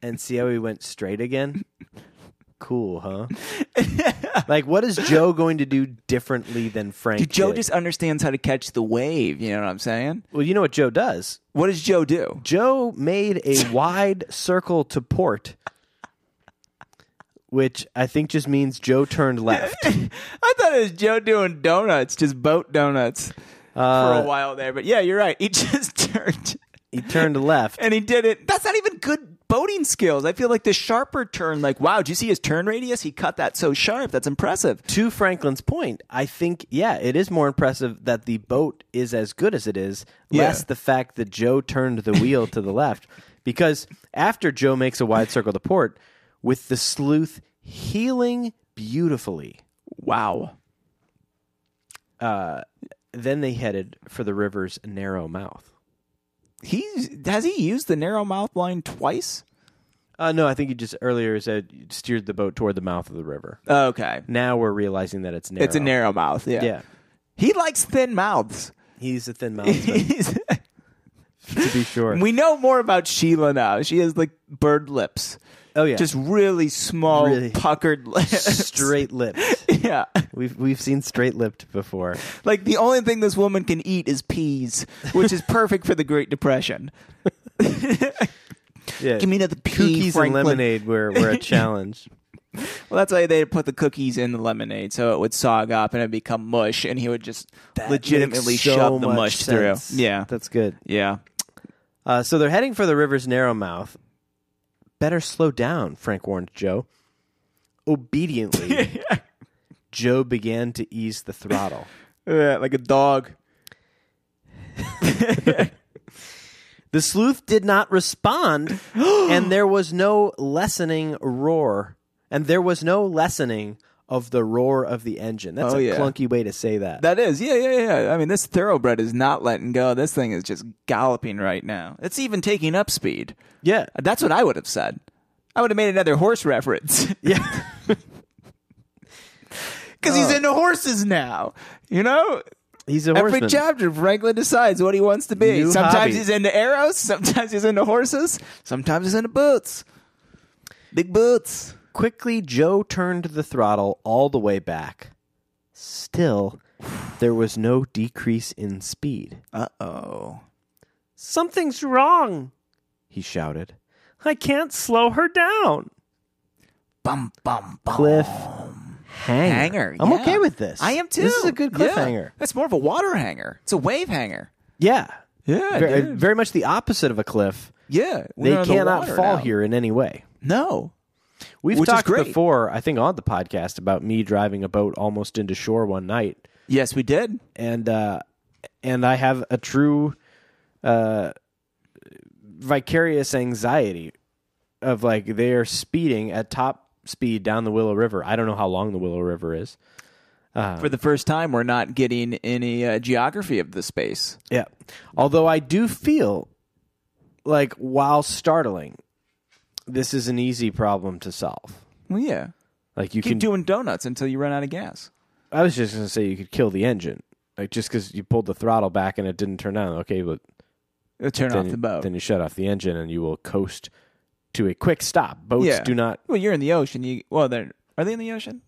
S1: and see how he went straight again. Cool, huh? like, what is Joe going to do differently than Frank?
S2: Dude, Joe
S1: did?
S2: just understands how to catch the wave. You know what I'm saying?
S1: well, you know what Joe does.
S2: What does Joe do?
S1: Joe made a wide circle to port, which I think just means Joe turned left.
S2: I thought it was Joe doing donuts, just boat donuts for
S1: Uh,
S2: a while there. But yeah, you're right. He just turned
S1: he turned left.
S2: and he did it. That's not even good boating skills. I feel like the sharper turn, like, wow, did you see his turn radius? He cut that so sharp. That's impressive.
S1: To Franklin's point, I think, yeah, it is more impressive that the boat is as good as it is, less
S2: Yeah.
S1: the fact that Joe turned the wheel to the left. Because after Joe makes a wide circle to port, with the sleuth healing beautifully,
S2: Wow.
S1: then they headed for the river's narrow mouth.
S2: He's has he used the narrow mouth line twice?
S1: Uh, no, I think you just earlier said you steered the boat toward the mouth of the river.
S2: Okay.
S1: Now we're realizing that it's narrow.
S2: It's a narrow mouth, yeah.
S1: Yeah,
S2: He likes thin mouths.
S1: he's a thin mouthman
S2: He's-
S1: to be sure.
S2: we know more about Sheila now. She has like bird lips.
S1: oh yeah,
S2: Just really small,
S1: Really.
S2: puckered lips.
S1: straight lipped.
S2: yeah.
S1: We've we've seen straight lipped before.
S2: Like the only thing this woman can eat is peas, which is perfect for the Great Depression.
S1: Yeah,
S2: Give me another pea,
S1: cookies and
S2: Franklin.
S1: lemonade were were a challenge.
S2: Well, that's why they put the cookies in the lemonade so it would sog up and it'd become mush, and he would just legitimately
S1: Makes so
S2: shove the
S1: much
S2: mush
S1: sense.
S2: through. Yeah.
S1: that's good.
S2: Yeah.
S1: Uh, so they're heading for the river's narrow mouth. Better slow down, Frank warned Joe. Obediently, Joe began to ease the throttle.
S2: Yeah, like a dog.
S1: The sleuth did not respond, and there was no lessening roar. And there was no lessening of the roar of the engine. That's
S2: Oh,
S1: a
S2: yeah.
S1: clunky way to say that.
S2: That is, yeah, yeah, yeah. I mean, this thoroughbred is not letting go. This thing is just galloping right now. It's even taking up speed.
S1: yeah.
S2: That's what I would have said. I would have made another horse reference
S1: Yeah.
S2: because
S1: Oh.
S2: he's into horses now. You know,
S1: He's a
S2: every
S1: horseman.
S2: chapter Franklin decides what he wants to be.
S1: New
S2: sometimes
S1: hobby.
S2: he's into arrows. Sometimes he's into horses. Sometimes he's into boots. Big boots.
S1: Quickly, Joe turned the throttle all the way back. Still, there was no decrease in speed.
S2: Uh oh.
S1: Something's wrong, he shouted. I can't slow her down.
S2: Bum bum bum.
S1: Cliff hanger.
S2: Um, Hanger,
S1: I'm
S2: yeah.
S1: okay with this.
S2: I am too.
S1: This is a good
S2: Yeah.
S1: cliffhanger.
S2: That's more of a water hanger. It's a wave hanger.
S1: Yeah.
S2: Yeah,
S1: Very,
S2: dude.
S1: very much the opposite of a cliff.
S2: Yeah,
S1: They
S2: we're on the
S1: cannot
S2: water
S1: fall
S2: now.
S1: here in any way.
S2: No,
S1: We've
S2: Which is
S1: talked
S2: great.
S1: before, I think, on the podcast about me driving a boat almost into shore one night,
S2: yes, we did.
S1: and uh, and I have a true uh, vicarious anxiety of like they are speeding at top speed down the Willow River. I don't know how long the Willow River is. Uh,
S2: For the first time, we're not getting any uh, geography of the space.
S1: Yeah, although I do feel like while startling, this is an easy problem to solve.
S2: Well, yeah,
S1: Like you
S2: keep
S1: can
S2: doing donuts until you run out of gas.
S1: I was just gonna say you could kill the engine, like just because you pulled the throttle back and it didn't turn on. Okay, but
S2: It'll turn
S1: then,
S2: off the boat.
S1: then you shut off the engine and you will coast to a quick stop. Boats
S2: Yeah.
S1: do not.
S2: well, you're in the ocean. You well, they're are they in the ocean?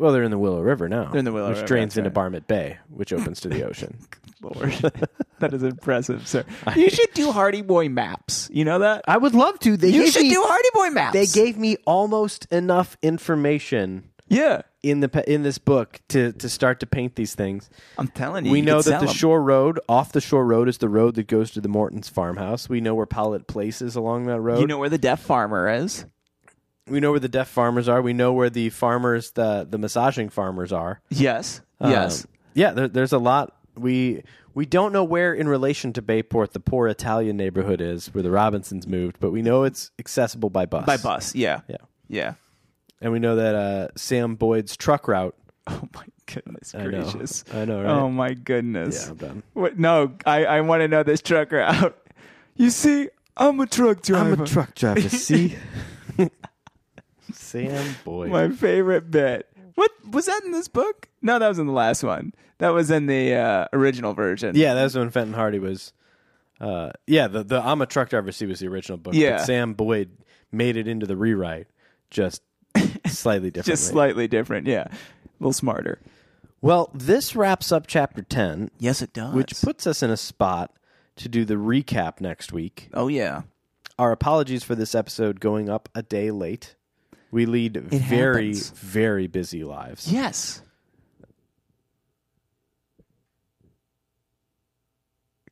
S1: Well, they're in the Willow River now.
S2: They're in the Willow
S1: which
S2: River,
S1: drains
S2: that's
S1: into
S2: right.
S1: Barmet Bay, which opens to the ocean.
S2: Lord, that is impressive, sir. You should do Hardy Boy maps. You know that?
S1: I would love to. They
S2: You
S1: gave
S2: should
S1: me,
S2: do Hardy Boy maps.
S1: They gave me almost enough information
S2: yeah.
S1: in the pa- in this book to to start to paint these things.
S2: I'm telling you,
S1: We
S2: you
S1: know
S2: could
S1: that
S2: sell
S1: the
S2: 'em.
S1: shore road, off the shore road, is the road that goes to the Morton's farmhouse. We know where Powlett Place is along that road.
S2: You know where the deaf farmer is.
S1: we know where the deaf farmers are. We know where the farmers, the the massaging farmers are.
S2: Yes.
S1: Um,
S2: yes.
S1: yeah. There, there's a lot. We we don't know where in relation to Bayport the poor Italian neighborhood is where the Robinsons moved, but we know it's accessible by bus.
S2: By bus. Yeah.
S1: Yeah.
S2: Yeah.
S1: And we know that uh, Sam Boyd's truck route.
S2: Oh my goodness
S1: I know.
S2: gracious.
S1: I know, right?
S2: Oh my goodness.
S1: Yeah, I'm done.
S2: What, no, I, I want to know this trucker out. You see, I'm a truck driver.
S1: truck driver. See. Sam Boyd.
S2: My favorite bit. What was that in this book? No, that was in the last one. That was in the uh, original version.
S1: Yeah, that was when Fenton Hardy was. Uh, yeah, the the I'm a truck driver. See was the original book. but
S2: Yeah.
S1: Sam Boyd made it into the rewrite, just slightly differently.
S2: just slightly different. Yeah, a little smarter.
S1: well, this wraps up chapter ten,
S2: Yes, it does.
S1: which puts us in a spot to do the recap next week.
S2: oh yeah,
S1: Our apologies for this episode going up a day late. We lead very
S2: happens.
S1: very busy lives.
S2: yes.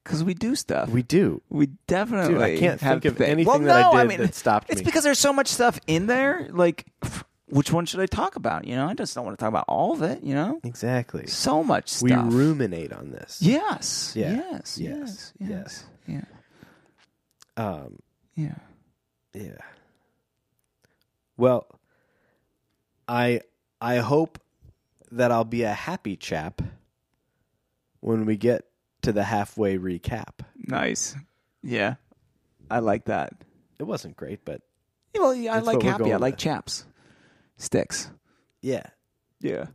S2: Because we do stuff.
S1: We do.
S2: We definitely.
S1: Dude, I can't
S2: have
S1: think of
S2: things.
S1: anything
S2: well,
S1: that I
S2: no,
S1: did
S2: mean,
S1: that stopped
S2: It's
S1: me.
S2: because there's so much stuff in there. Like, pff, which one should I talk about? You know, I just don't want to talk about all of it. You know,
S1: Exactly.
S2: so much
S1: We
S2: stuff.
S1: ruminate on this.
S2: Yes.
S1: Yeah.
S2: Yes.
S1: Yes.
S2: Yes. Yes. Yeah.
S1: Um,
S2: Yeah.
S1: Yeah. Well, I I hope that I'll be a happy chap when we get to the halfway recap.
S2: Nice. Yeah. I like that.
S1: It wasn't great, but
S2: Yeah, Well, yeah, I
S1: That's
S2: like
S1: what we're
S2: happy. I
S1: going
S2: like
S1: with.
S2: chaps, sticks.
S1: yeah.
S2: Yeah.